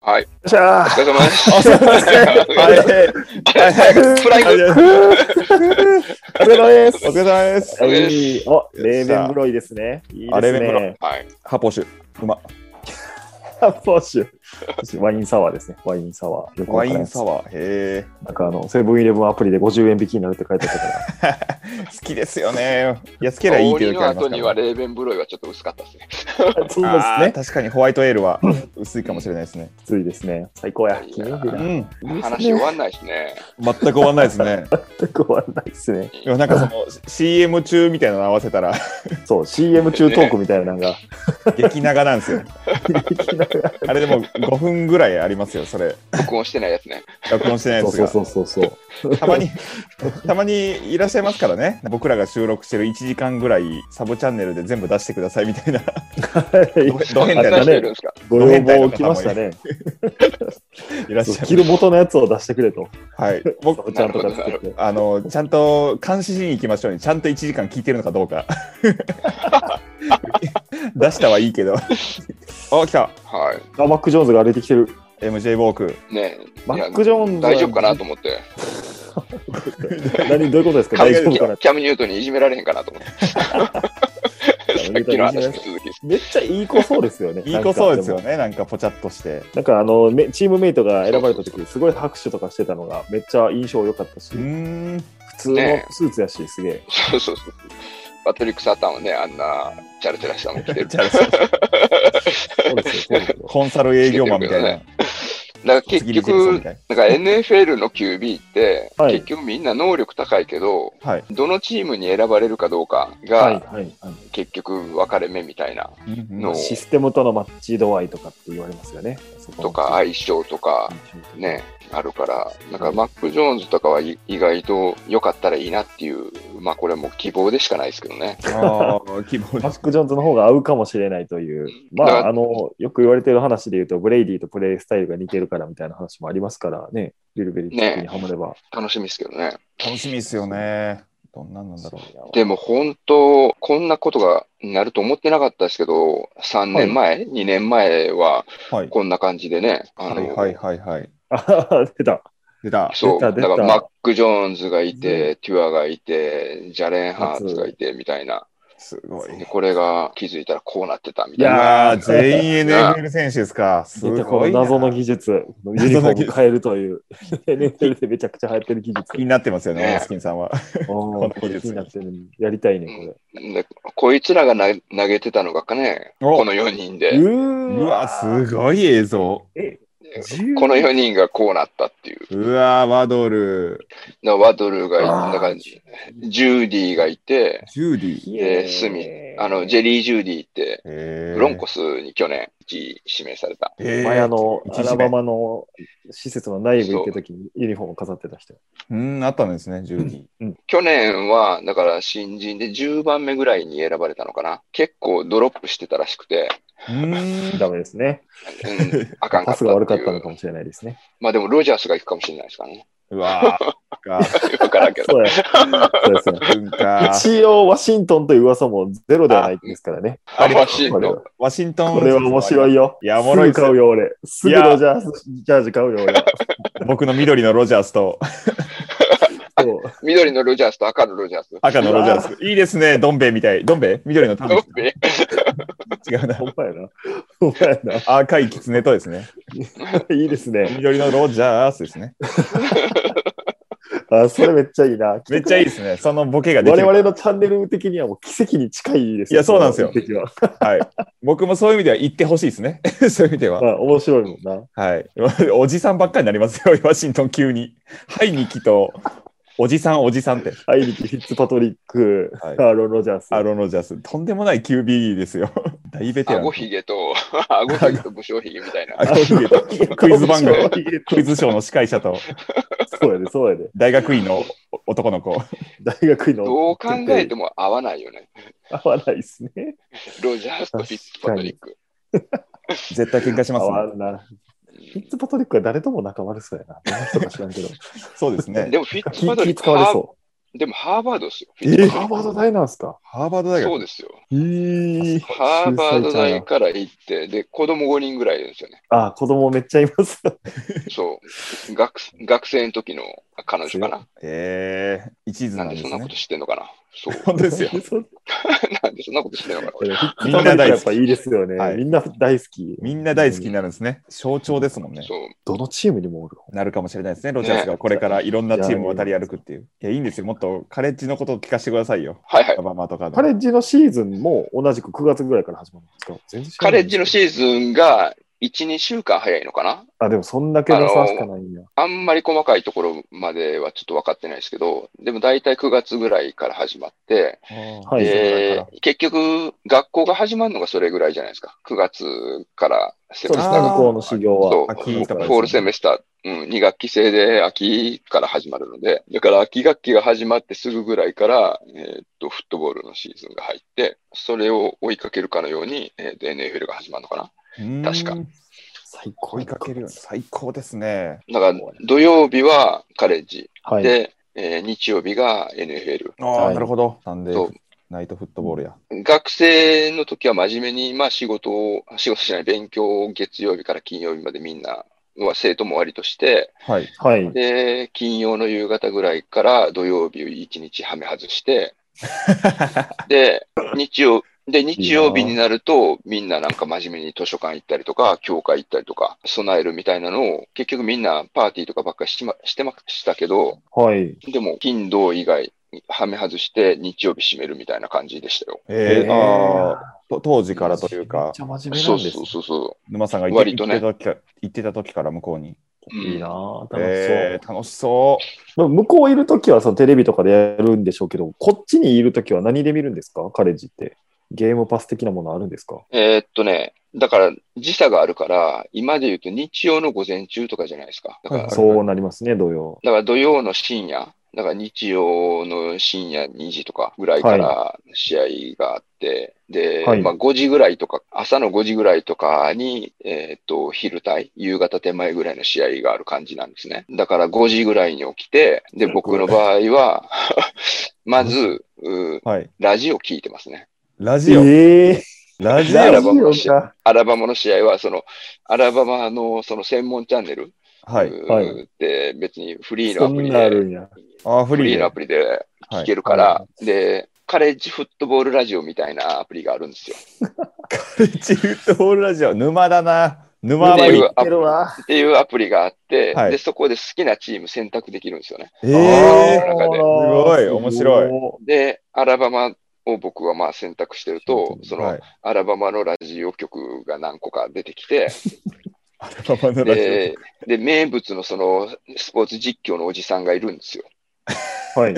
はい。じゃおあ、疲れ様です。 あすいませんはい。はいフライありがとうお疲れ様です。お疲れ様です。様ですいいお、レーベンブロイですね。いいあでレすーベンブロね。はい。ハポシュ。うま。ポッシュ。ワインサワーですね。ワインサワー。よくわワかイらないンですサワー。へなんかあの、セブンイレブンアプリで50円引きになるって書いてあったから。え。好きですよね。安けりゃいいという時ありま後すかにはら。レーベンブロイはちょっと薄かったですね。そうであーすね。確かにホワイトエールは薄いかもしれないですね。きついですね。最高や。記念日うだ。ん。話終わんないですね。全く終わんないですね。全 く終わんないですね。いやなんかその CM 中みたいなの合わせたらそう、CM 中トークみたいなのが。激長なんですよ。あれでも5分ぐらいありますよ、それ。録音してないやつね。録音してないそでうすそうが。そうそうそう。たまに、たまにいらっしゃいますからね。僕らが収録してる1時間ぐらいサブチャンネルで全部出してくださいみ たいな。ド変そん態なだ人いねるんですかご要望来ましたね。いらっしそゃういます着る元のやつを出してくれと。はい。僕ちゃんとか作って。あの、ちゃんと監視しに行きましょうに、ちゃんと1時間聞いてるのかど うか。出したはいいけど。あ、来た。はあ、マック・ジョーンズが歩いてきてる。 MJ ウォーク。い。ねえマック・ジョーンズは大丈夫かなと思って。何どういうことですかキ大軽丈々夫かなャキャムニュートンにいじめられへんかなと思って。さっきの話の続きです。めっちゃいい子そうですよね。 いい子そうですよなんか。ね。なんかぽちゃっとして。なんかあの、めチームメイトが選ばれた時すごい拍手とかしてたのがめっちゃ印象良かったし、うーん。普通のスーツやし、すげえ。そうそうそう。パトリック・サタンはね、あんなチャラチャラしたもん着てる。じゃあ、そうですよ、そう ですよ。コンサル営業マンみたいな。だから結杉木ジェルソンみ局、たいなんか NFL の QB って、はい結局みんな能力高いけど、な。はい。どのチームに選ばれるかどうかが、はい、はい、は結局分かれ目みたいなのい。システムとのマッチ度合いとかって言われますよね。そこのとか相性とかね、あるから、なんかマック・ジョーンズとかはい意外と良かったらいいなっていう、まあこれはもう希望でしかないですけどね。ああ、希望マでッす。ク・ジョーンズの方が合うかもしれないという、まだかあ、らあの、よく言われてる話で言うと、ブレイディとプレイスタイルが似てるからみたいな話もありますからね、ビルベリックにハマれば。楽しみですけどね。楽しみですよね。どんなんなんだろう。でも本当、こんなことがなると思ってなかったですけど、3年前、2年前ははい。こんな感じでね、あはいの、はいはいはい。あ 出た。出た。そう、出ただ出かたらマック・ジョーンズがいて、テュアがいて、ジャレン・ハーツがいてみたいな、すごい。でこれが気づいたらこうなってたみいたいな。やー、全員 NFL 選手ですか。す出たこごのいな。謎の技術、ユニフォーム変えると いう、NFL でめちゃくちゃ流行ってる技気に術。なってますよねね、スキンさんは。お この技ー術気になってるやりたいね、でこいつらがな投げてたのがね、おこの4人これ。で、ううわ、すごい映像。このよ4人がこうなったっていう。うわ、ワドル、だからワドルがいあーだからジューディがいて、ジューディ。でスミあのジェリー・ジューディって、えブロンコスに去年1位指名された。え前あの、一ア時目ラバマの施設の内部行った時にユニフォーム飾ってた人。うん、あったんですね、ジューディ。去年は、だから新人で10番目ぐらいに選ばれたのかな。結構ドロップしてたらしくて、うーん。ダメですね。 うん、あかんかパったスってがいう。悪かったのかもしれないですね。まあでもロジャースが行くかもしれないですからね。うわー、わからんけど。そうや。 そうですね。う んか。一応、ワシントンという噂もゼロではないですからね。ありまこしれいのはワシントン。これは面白いよ。いやおもろいっすすぐ買うよ、俺。すぐいやロジャースジャージ買うよ、俺 は。僕の緑のロジャースとそう緑のロジャースと赤のロジャース。赤のロジャース。いいですね、どん兵衛みたい。どん兵衛緑のタンどっべ違うなほ。んまやな。ほんまや 赤いキツネとですね。な。いいですね。緑のロジャース ですね。あ、それめっちゃいいな。めっちゃいいですね。そのボケができ我る。々のチャンネル的にはもう奇跡に近いですいやそうなんですよこの奇跡ははい。僕もそういう意味では言ってほしいですね。そういう意味では。まあ、面白いもんな。はい。おじさんばっかりになりますよ、ワシントン急に。はい、ニキと、おじさん、おじさんって。アイリキ・フィッツパトリック、はアいーロン・ロジャース。アーロン・ロジャース、とんでもない QB ですよ。大ベテラン顎。ひげと、 顎ひげと武将ひげみたいな。顎ひげとクイズ番組、クイズショーの。の司会者と、そうやで、そうやで。大学院の男の子。大学院の。どう考えても合わないよね。合わないですね。ロジャースとフィッツパトリック。絶対喧嘩し合ますわね。んな。フィッツパト リックは誰とも仲悪そうやな。何人か知らんけど。そうですねで。もフィッツ気パトリッ気ク使われハーそでもハーバードですよ。えーハーバード大なんすかハーバード大そう学。ですよ。えー、ハーバード秀才大ちから行って、で、子供5人ぐらいいるんですよね。ゃんあ、子供めっちゃい ます。そう。学学生の時の彼女かな。ええー、一途ななんでんですそんなねこと。してんのかな。そう。 本当ですよ。なんでそんなことしてんのかな。これみみんんなな大好き大好き。やっぱいいですよね。はいみんな大好き。みんな大好きになるんですね。象徴ですもんね。そう。どのチームにもおる。なるかもしれないですね。ロジャースがこれからいろんなチームを渡り歩くっていう。いや、いいんですよ。もっとカレッジのことを聞かせてくださいよ。はいはいバ。バマとかの。カレッジのシーズンも同じく9月ぐらいから始まるんですか全然知らカなレいッジのシーズンが1、2週間早いのかな。あ、でもそんだけの差しかないんや。あんまり細かいところまではちょっと分かってないですけど、でも大体9月ぐらいから始まって、はいで結局、学校が始まるのがそれぐらいじゃないですか。9月からセそメうスでターすね、あー向こうの修行そは。う、秋とかですねフォールセメスター、うん、2学期制で秋から始まるので、だから秋学期が始まってすぐぐらいから、えーっと、フットボールのシーズンが入って、それを追いかけるかのように、えーっと NFL が始まるのかな。確かか。最追いかけるように。最高ですね。だから土曜日はカレッジはい。で、えー日曜日が NFL。あはあ、いなるほど。なんでそう、ナイトフットボールや。学生の時は真面目に、まあ仕事を、仕事しない勉強を月曜日から金曜日までみんな、は生徒も割として、はい。はい。で、金曜の夕方ぐらいから土曜日を一日はめ外して、 で、日曜、で、日曜日になると、みんななんか真面目に図書館行ったりとか、教会行ったりとか、備えるみたいなのを、結局みんなパーティーとかばっかりしま、してましたけど、はい。でも、金土以外、はめ外して、日曜日締めるみたいな感じでしたよ。ええー、ーああ、と当時からというめかっち、ゃ真面目そなうんですそねう。そうそ沼さんが行って割行とねってた時か行ってた時から向こうに。う。うんいいなぁ楽しそう。えー、楽しそまあ向こういるときはそのテレビとかでやるんでしょうけど、こっちにいるときは何で見るんですかカレッジって。ゲームパス的なものあるんですかえーっとね、だから時差があるから、今で言うと日曜の午前中とかじゃないですか。だから、はいだそうなりますね、土曜。から土曜の深夜、だから日曜の深夜2時とかぐらいから試合があって、で、はいまあ5時ぐらいとか、朝の5時ぐらいとかに、えーっと、昼帯、夕方手前ぐらいの試合がある感じなんですね。だから5時ぐらいに起きて、で、僕の場合は、 まず、うーう。はい。ラジオ聞いてますね。ラジオ。えラぇジラオ。ジオか。アラバマの試合は、その、アラバマのその専門チャンネルはい。はいうーって別にフリーのそアプんリなあるで、んや。ああ、フフリリーーのアで。プリでは聞いけるから、で、カレッジフットボールラジオみたいなアプリがあるんですよ。 チフットボールラジオ、沼だな。沼アってプいリう。アプリわ。っていうアプリがあって、はいで、そこで好きなチーム選択できるんですよね。えーえあ中ですごい面白いで、アラバマを僕はまあ選択してると、そー。の、はい。アラバマのラジオ局が何個か出てきて、アルバマのラジオ。で、で名物のそのスポーツ実況のおじさんがいるんですよ。はい。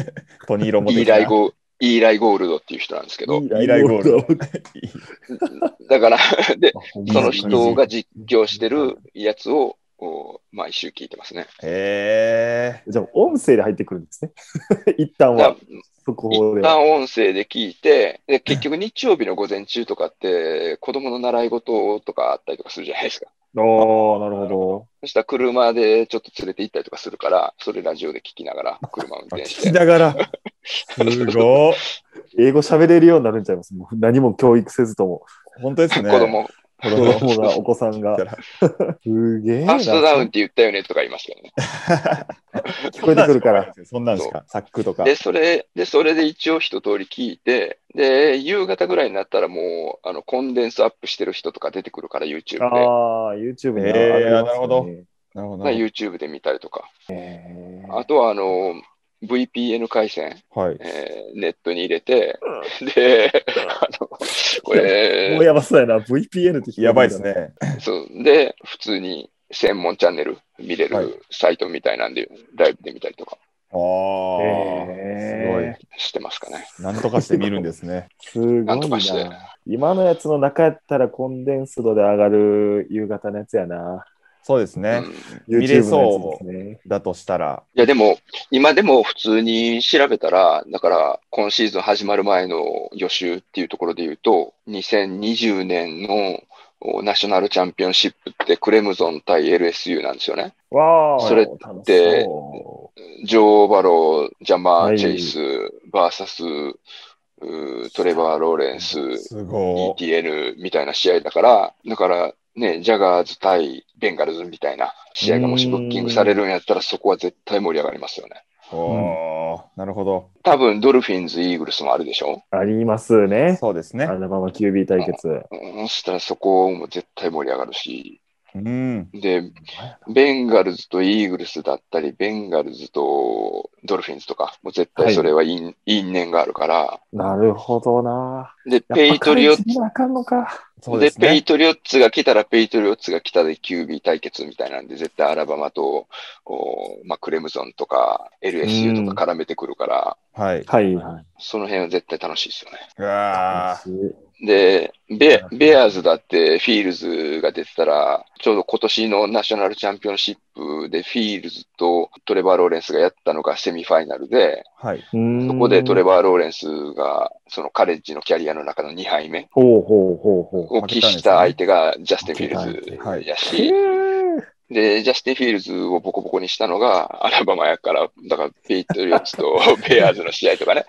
トニーロモイーライゴイーライゴールドっていう人なんですけ ど、イライゴールド。だから、で、そのいい人が実況してるやつを、お毎週聞いてますね。えじゃあ、音声で入ってくるんですね。 一旦だは、速報一では。旦音声で聞いて、で、結局日曜日の午前中とかって、子供の習い事とかあったりとかするじゃないですか。ああー、なるほそしたら車でちょっと連れて行ったりとかするから、それラジオで聞きながら、車を運ー、転し聞きて。ながら。すごい。ど。英語喋れるようになるんちゃいます。もう何も教育せずとも。本当ですね。子。供、子子供供が、お子さんが。すげえファな。ーストダウンって言ったよねとか言いますけどね。聞こえてくるから。。そんなんですか。サックとか。で、それ、で、それで一応一通り聞いて、で、夕方ぐらいになったらもう、あの、コンデンスアップしてる人とか出てくるから、YouTube で。ああ、YouTube に上がりますよねえーなるほどなるほど。まあ、YouTube で見たりとか、えーあとはあの VPN 回線、はい。えーネットに入れて、で、あのこれもうやばそうやな。VPN って聞こえてくるんだなやばいです。ね。そうで、普通に専門チャンネル見れはいるサイトみたいなんで、ライブで見たりとかああ、えしてますかね。すごい。なんとかして見るんですね。 すごいななんとかして。今のやつの中やったらコンデンス度で上がる夕方のやつやな。そうですね。うんい YouTube 見れのやそつですね。だとしたら。やでも、今でも普通に調べたら、だから今シーズン始まる前の予習っていうところで言うと、2020年のナショナルチャンピオンシップってクレムゾン対 LSU なんですよね。わあ、それっ楽してそジョー・バロー、ジャマはー・いチェイス、バーサス、うートレバー・ローレンス、すご ETN みたいな試合だから、だからね、ジャガーズ対ベンガルズみたいな試合がもしブッキングされるんやったら、そこは絶対盛り上がりますよね。い。おーなるほど。多分ドルフィンズ、イーグルスもあるでしょ、う。ありますね。そうですアね。ルバマ QB 対決。うん、そしたらそこも絶対盛り上がるし、うん。で、ベンガルズとイーグルスだったり、ベンガルズとドルフィンズとか、もう絶対それは因,、因縁があるから、なるほどな。で、ペイトリオッツやっぱ彼氏にはあかんのか。そうでですペイね。トリオッツが来たら、ペイトリオッツが来たで QB 対決みたいなんで、絶対アラバマと、おまあ、クレムゾンとか LSU とか絡めてくるから、はい。はいはその辺は絶対楽しいですよね。うわい。で、ベベアーズだってフィールズが出てたら、ちょうど今年のナショナルチャンピオンシップでフィールズとトレバー・ローレンスがやったのがセミファイナルで、ーはい。そそこでトレば。バー・ローレンスがそのカレッジのキャリアの中の2敗目ほうほうほうほを喫した相手がジャスティン・フィールズやう。し、へえで、ジャスティン・フィールズをボコボコにしたのがアラバマやから、だからペイトリオッツと ベアーズの試合とかね。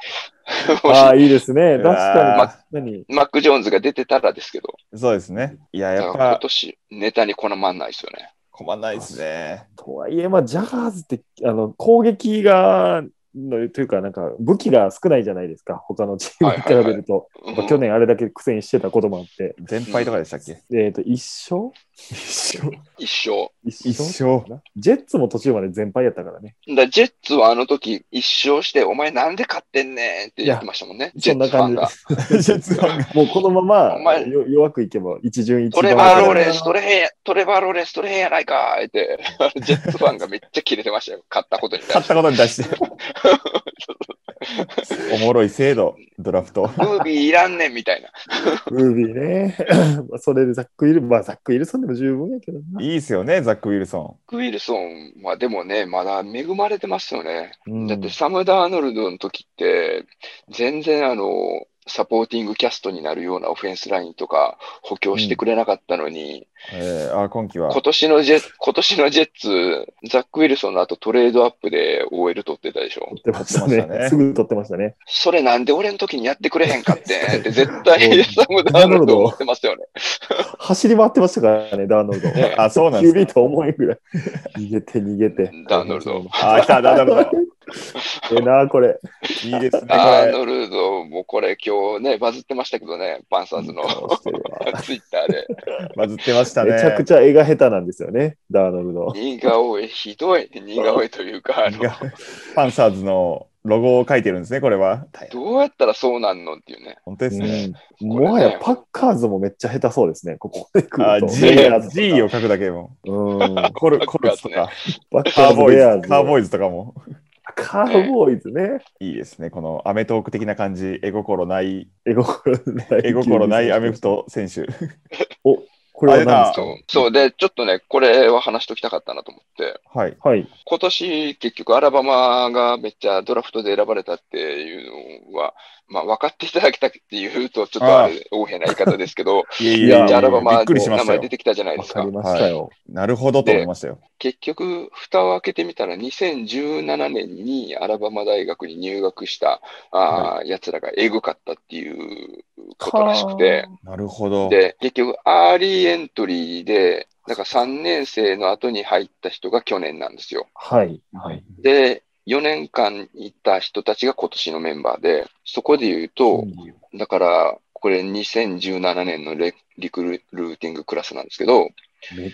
もああ、しいいですね。確うかわに。何マック・ジョーンズが出てたらですけど、そうですね。いや、だかやらっ今ぱ、年ネタにこなまんないですよね。困んないですね。とはいえ、まあ、ジャガーズってあの攻撃がのというか、なんか武器が少ないじゃないですか、他のチームに比べると。うんやっぱ去年あれだけ苦戦してたこともあって、全敗とかでしたっけえっ、と、1勝一生。一生。一一勝生。ジェッツも途中まで全敗やったからね。だからジェッツはあの時一勝して、お前なんで勝ってんねんって言ってましたもんね。ジェそんッなツファン感じが。ジェッツファンがもうこのまおま前よ弱くいけば一巡一ト番レバー・ローみたいレなンス、トレへんや、トレバー・ローレンス、トレへんやないかーって、 ジェッツファンがめっちゃキレてましたよ。勝ったことに対勝っして。たことに対して。おもろい制度、ドラフト。ムービーいらんねんみたいな。ムービーね。 まあそれでザック・イル、まあ、ザック・イルソンでも十分やけどな。いいっすよね、ザック・ウィルソン。ウィルソンはでもね、まだ恵まれてますよね。うんだってサム・ダーノルドの時って、全然あの、サポーティングキャストになるようなオフェンスラインとか補強してくれなかったのに、えー、あー今季は今。年のジェ今年のジェッツ、ザック・ウィルソンの後トレードアップで OL 取ってたでしょ撮っ。てましたね撮ってましたねすぐ撮ってましたね。それなんで俺の時にやってくれへんかって んって絶対サム・ダーノルド思ってますよね。走り回ってましたからね、ダーノルド。ねあ、そうなんです QB か。と思えんぐらい。逃げて逃げて。ダーノルドあー、来た、なるほど。ええな、これ。いいですね、こダーれ。ノルドもこれ今日ね、バズってましたけどね、パンサーズの顔してる わツイッターで。バズってましたね。めちゃくちゃ絵が下手なんですよね、ダーノルド。似顔絵ひどい。似顔絵というか、あのいやパンサーズのロゴを書いてるんですね、これは。どうやったらそうなんのっていうね。本当ですね。うんもはやパッカーズもめっちゃ下手そうですね、ここで来あると。ベアーズ G, とか G を書くだけでも。うん。コルコルスとか、バッカカーーボボーーイイズ、ズベアーズカーボーイーイズとかも。カーボーイズね。いいですね、このアメトーク的な感じ、絵心ない、絵心ない。絵心ないアメフト選手。これは何あですそうそうで、ちょっとね、これは話しときたかったなと思って。はい。かはい。今年、結局、アラバマがめっちゃドラフトで選ばれたっていうのは、まあ、分かっていただきたくっていうと、ちょっとあれ、大変な言い方ですけど、いや いめやっいちゃや、アラバびマっくりのしま名した前よ出。てきたじゃないでわすかかり。ましたよ。なるほどと思いましたよ。結局、蓋を開けてみたら、2017年にアラバマ大学に入学したあー奴らがエグかったっていうことらしくて、なるほど。で、結局、アーリーエントリーで、なんか3年生の後に入った人が去年なんですよ。はい。はい。で、4年間いた人たちが今年のメンバーで、そこで言うと、だから、これ2017年のレリクルーティングクラスなんですけど、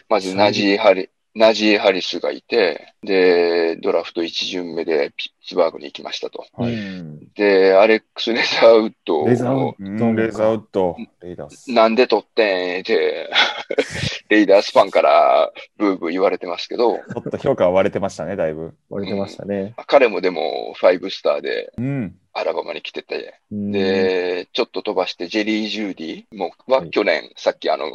まずナジー・ハリナジーハリスがいて、で、ドラフト1巡目でピッツバーグに行きましたと。はいうんで、アレックス・レザーウッドレザーウッをドうんレイザーウッド、レイダース。なんで取ってんって、 レイダースファンからブーブー言われてますけど、ちょっと評価は割れてましたね、だいぶ。割れてましたね。彼もでもファイブスターでうん。アラバマに来てて、うんで、ちょっと飛ばして、ジェリー・ジューディもははい去年、さっきあの、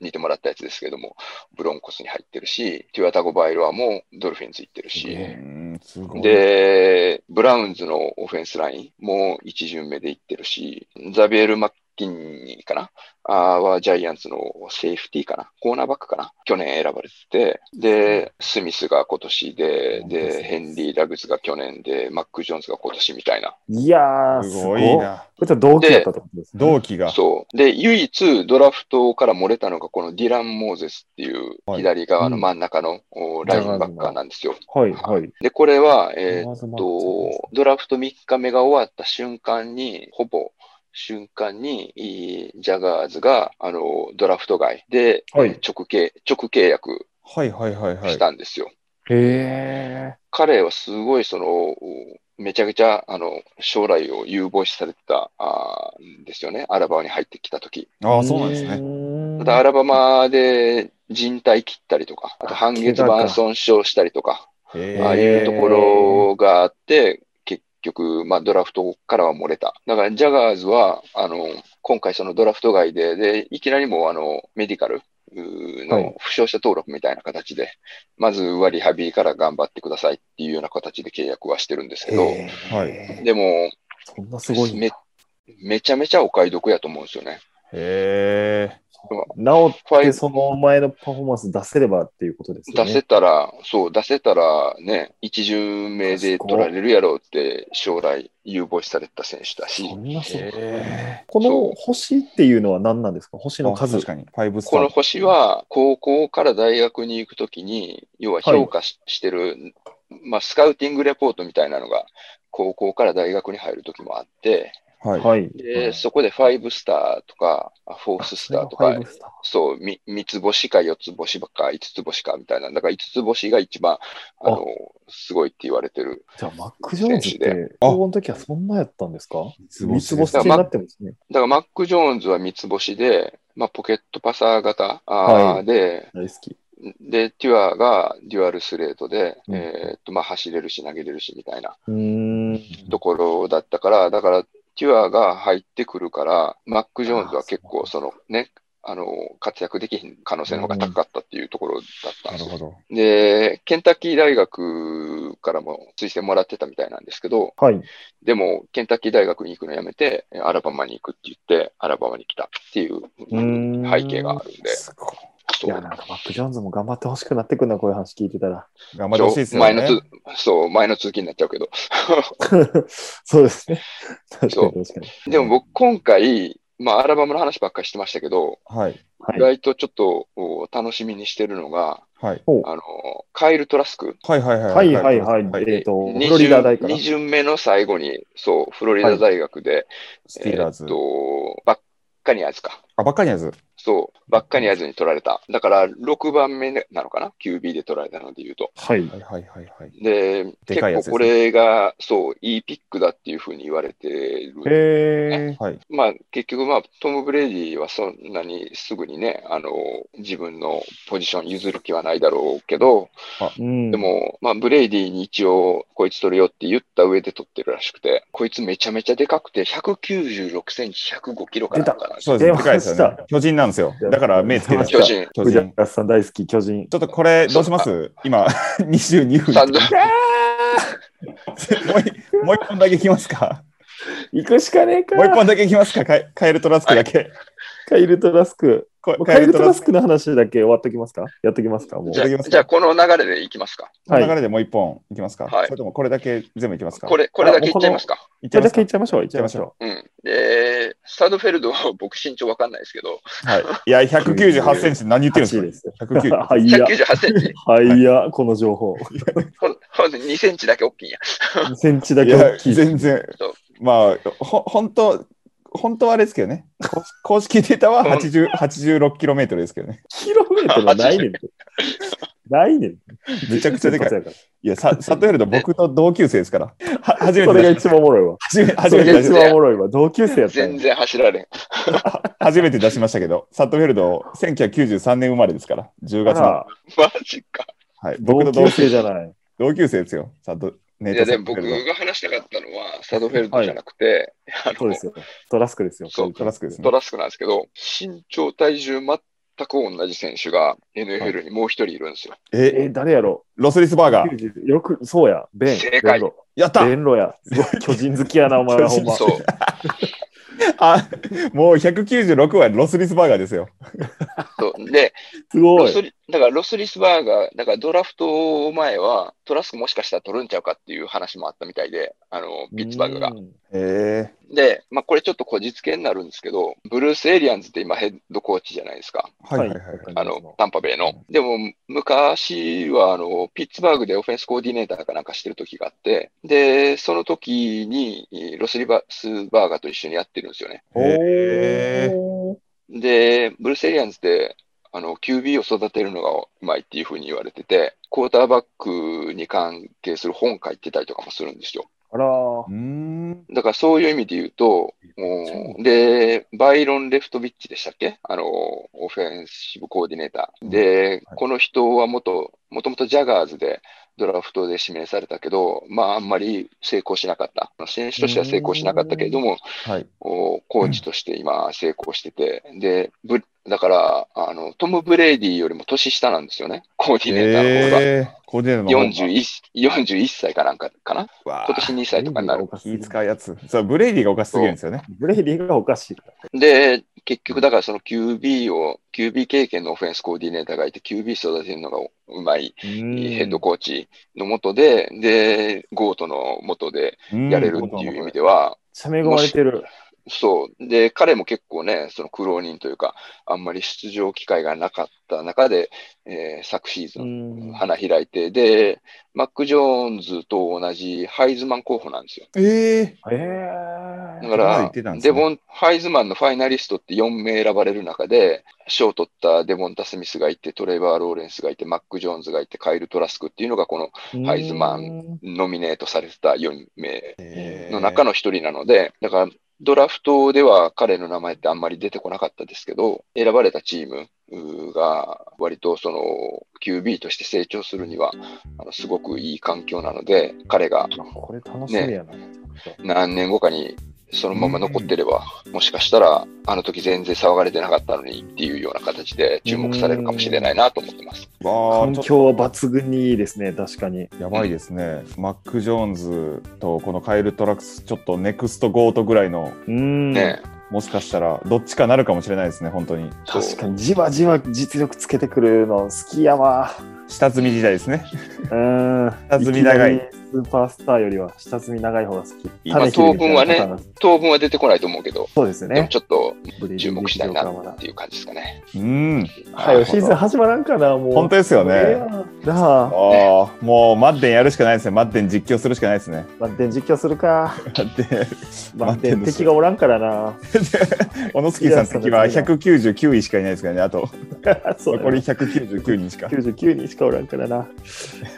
見てもらったやつですけども、ブロンコスに入ってるし、ティワタゴ・バイロアもドルフィンズ行ってるし、ねうんすごい。で、ブラウンズのオフェンスラインも1巡目で行ってるし、ザビエル・マッティンニかなあーはジャイアンツのセーフティーかなコーナーバックかな去年選ばれてて、で、スミスが今年で、で、ヘンリー・ラグズが去年で、マック・ジョーンズが今年みたいな。いやー、すすごごい。いこな。いつは同期だったってことですね。同期が。そう。で、唯一ドラフトから漏れたのが、このディラン・モーゼスっていうはい左側の真ん中の、おラインバッカーなんですよ。はい、はい。で、これは、えーまずまえっずと、ドラフト3日目が終わった瞬間に、ほぼ瞬間に、いいジャガーズが、あの、ドラフト外で、はいえー直契直契約はいはいはいはいし。たんですよ。へ彼はすごい、その、めちゃくちゃ、あの、将来を有望視されてた、あーんですよね。アラバマに入ってきたとき。あー。あ、そうなんですね。ねただ、アラバマで人体切ったりとか、あと半月板損傷したりとか、へああえ。いうところがあって、結局、まあ、ドラフトからは漏れた。だから、ジャガーズは、あの、今回そのドラフト外で、で、いきなりもう、あの、メディカルうーはのい負傷者登録みたいな形で、まずはリハビリから頑張ってくださいっていうような形で契約はしてるんですけど、ははい。でも、そんなすごいんだめ、めちゃめちゃお買い得やと思うんですよね。へえ。なおっファイてその前のパフォーマンス出せればっていうことですよ出ね。せたら、そう、出せたらね、一巡目で取られるやろうって、将来有望視されてた選手だし、そんなすごい。へこそうの星っていうのは何なんですか星のの数数。確かに。ファイブスタこのー。星は高校から大学に行くときに、要は評価し,、てる、まあ、スカウティングレポートみたいなのが、高校から大学に入るときもあって、はい。はい。でそこでファイブスターとか、フォーススターとかあそれがファイブ、スターそう、み三つ星か四つ星か五つ星かみたいな、だから五つ星が一番、あの、すごいって言われてる。じゃあ、マック・ジョーンズって、あ高校の時はそんなやったんですかつ三つ星だになってますね。だからマック・ジョーンズは三つ星で、まあ、ポケットパサー型あーはで、大好き。で、テュアがデュアルスレートで、うんえーっと、まあ、走れるし投げれるしみたいなうーん。ところだったから、だから、テュアが入ってくるから、マック・ジョーンズは結構、そのね、あの、活躍できひん可能性の方が高かったっていうところだったんなですよるほど。で、ケンタッキー大学からも推薦もらってたみたいなんですけど、はい。でも、ケンタッキー大学に行くのやめて、アラバマに行くって言って、アラバマに来たっていううーん背景があるんで、すごい。いや、なんかマック・ジョーンズも頑張ってほしくなってくるな、こういう話聞いてたら。 頑張ってほしいですよ前のね。つそう、前の通勤になっちゃうけど、そうですね。確かそうに確かに。でも僕、今回、まあ、アラバマの話ばっかりしてましたけど、ははい。い意外とちょっとお楽しみにしてるのが、はい。あのカイル・トラスク、はいはいはい。はいはいはい。えっ、と、フロリダ大から2。巡目の最後に、そう、フロリダ大学で、スティーラーズ。えっと、バッカニアーズか。あ、ばっかりやつ。そう、バッカニアーズに取られた。だから、6番目なのかな ?QB で取られたので言うと。はいは。いはいはいはい。で、でかいや結構つこれが、そう、いいピックだっていうふうに言われてる。へえ。はい。まあ、結局、まあ、トム・ブレイディはそんなにすぐにね、あの、自分のポジション譲る気はないだろうけど、うん。で、も、まあ、ブレイディに一応、こいつ取るよって言った上で取ってるらしくて、こいつめちゃめちゃでかくて、196センチ、105キロかなんかなんですそうですね。出ましでたかいですよね。巨人なんですよ。だから目つけて巨人。巨藤人。原さん大好き、巨人。ちょっとこれ、どうします今、22分。三度もういもう一本だけいきますか行くしかねえか。もう一本だけいきますかカエカエルトラスクだけ。カイルトラスク。こカイルトラスクの話だけ終わっときますかやっときますかもうじゃ。いただきあ、ますかじゃあこの流れでいきますか。こはのい。流れでもう一本いきますか、はいそれともこれだけ全部いきますかこれれ、これだけいっちゃいますか。いっじゃあ、まだすけか行っちゃいましょう。行っちゃいましょうん。で、スタードフェルド、僕身長わかんないですけど、はい。いや、198センチってう。何言ってるん8でですす。か ?190。はいや、 198センチ。はいや、この情報。ほんほんと2センチだけ大きいんや。 2センチだいけや大、きい。全然。まあ、ほ、本当本当はあれですけどね。公公式データは80 86km ですけどね。キロメートルはないねん て。ないねん。めちゃくちゃでかい。い。い や、さサトゥエルド、僕と同級生ですから。は初めそてれが出し一番おもろいわ。初め初それめてが出一し番おもろいわ。同級生やったん全や。然走られん。初めて出しましたけど、サットフェルド、1993年生まれですから、10あ月の。らマジか。はい、同僕の同級級生じゃない。同級生ですよ、サットネいイトや、サでッもトフ僕ェルド。が話したかったのは、スタードフェルドじゃなくて、あそうのですよ。トラスクですよ。そうトラスクですねト。ラスクなんですけど、身長、体重、全く同じ選手が NFL にもう一人いるんですよ。え、え、誰やろロスリスバーガー。 90よく、そうや。ベン。正解ベンロやったベンロや。すごい巨人好きやな、お前はほんま。そう。あ、もう196はロスリスバーガーですよ。そうで、 すロごスい。リだからロスリスバーガー、だからドラフト前は、トラスクもしかしたら取るんちゃうかっていう話もあったみたいで、あのピッツバーグがう。ん。えで、まあ、これちょっとこじつけになるんですけど、ブルース・エイリアンズって今ヘッドコーチじゃないですか。ー、はいはいはい。あの、タンパベイの。でも、昔は、あの、ピッツバーグでオフェンスコーディネーターかなんかしてる時があって、で、その時に、えーロスリバスバーガーと一緒にやってるんですよね。おえーーで、ブルース・エリアンズって、あの、QB を育てるのがうまいっていうふうに言われてて、クォーターバックに関係する本書いてたりとかもするんですよ。あらーう。ーん。だからそういう意味で言うと、もうで、バイロン・レフトビッチでしたっけあの、オフェンシブコーディネーター。で、はいこの人は元、もともとジャガーズでドラフトで指名されたけど、まああんまり成功しなかった。選手としては成功しなかったけれども、はい。おコーチとして今成功してて、で、ブだから、あの、トム・ブレイディよりも年下なんですよね、コーディネーターの方が。えー、コーディネーターの方が。 41, 41歳かなんかかなわ今年2歳とかになる。ー気使うやつ。そう、ブレイディがおかしすぎるんですよね。ブレイディがおかしい。で、結局だからその QB を、QB 経験のオフェンスコーディネーターがいて、QB 育てるのがうまいヘッドコーチのもとで、で、ゴートのもとでやれるっていう意味では、ちゃめがわれてる。そう。で、彼も結構ね、その苦労人というか、あんまり出場機会がなかった中で、えー昨シーズン、ん花開いて、で、マック・ジョーンズと同じハイズマン候補なんですよ。えー、えだかー。ここまで行ら、ってたんですねデボン・ハイズマンのファイナリストって4名選ばれる中で、賞を取ったデボンタ・スミスがいて、トレーバー・ローレンスがいて、マック・ジョーンズがいて、カイル・トラスクっていうのが、このハイズマン。ノミネートされてた4名えーの中の1人なので、だから、ドラフトでは彼の名前ってあんまり出てこなかったですけど、選ばれたチームうーが、割とその QB として成長するには、あのすごくいい環境なので、彼がこれ楽しみやな。何年後かにそのまま残ってれば、もしかしたらあの時全然騒がれてなかったのにっていうような形で注目されるかもしれないなと思ってます。わ環ーちょっと境は抜群にいいですね、確かに。やばいですね、マック・ジョーンズとこのカイル・トラックス、ちょっとネクスト・ゴートぐらいの、うん。ねもしかしたらどっちかなるかもしれないですね、本当に。そう確かに、じわじわ実力つけてくるの好きやわ。下積み時代ですね。うん。下積み長きいなりスーパースターよりは下積み長い方が好き。まあ種切る当みたいな分はねパターンが当分は出てこないと思うけど、そうですでもね。ちょっとブレイデ注ィ目したいな劇場版はっていう感じですかね。うん。は、ないるほシどーズン始まらんかな、もう。本当ですよねええやんなああ、あ、もうマッデンやるしかないですね。マッデン実況するしかないですね。バッテン実況するか。だって、バッテン 待ってんです敵がおらんからな。 オノスキーさんの時は199位しかいないですからね、あとそう残り199人しか。 99人しかおらんからな。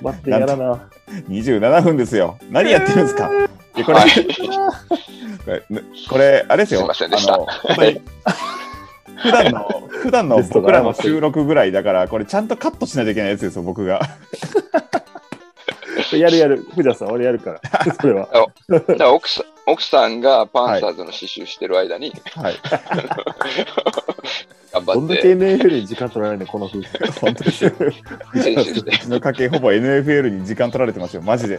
バッテンや らな。 27分ですよ。何やってるんですかいやこれ、はいこれ、これあれですよ。すいませんでしたあの本当 に普段の、普段のゲストが僕らの収録ぐらいだから、これちゃんとカットしないといけないやつですよ、僕が。やるやる。藤田さん、俺やるから。 それは。だから奥さん奥さんがパンサーズの刺繍してる間にはい。頑ど張んっだけて NFL に時間取られるの、この夫婦。本当ですよ。選手して、うちの家計ほぼ NFL に時間取られてますよ、マジで。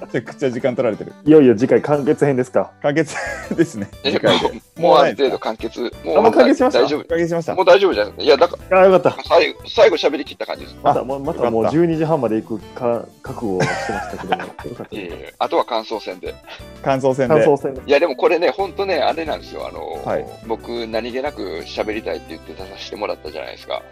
めちゃくちゃ時間取られてる。いよいよ次回完結編ですか。完結ですね。え次回でもうあないるです程か度完結、あももう完結しました大丈夫完結しましたも。う大丈夫じゃないですか。いや、だかああ、よかった。ら最後、最後喋り切った感じです。またもうまたもうよかっ12時半まで行くか覚悟をしてましたけども、よかったいえいですえあとは感想戦で。感想戦感で。想戦で。いやでもこれね、本当ね、あれなんですよ、あのはい僕、何気なく喋りたいって言って出させてもらったじゃないですか。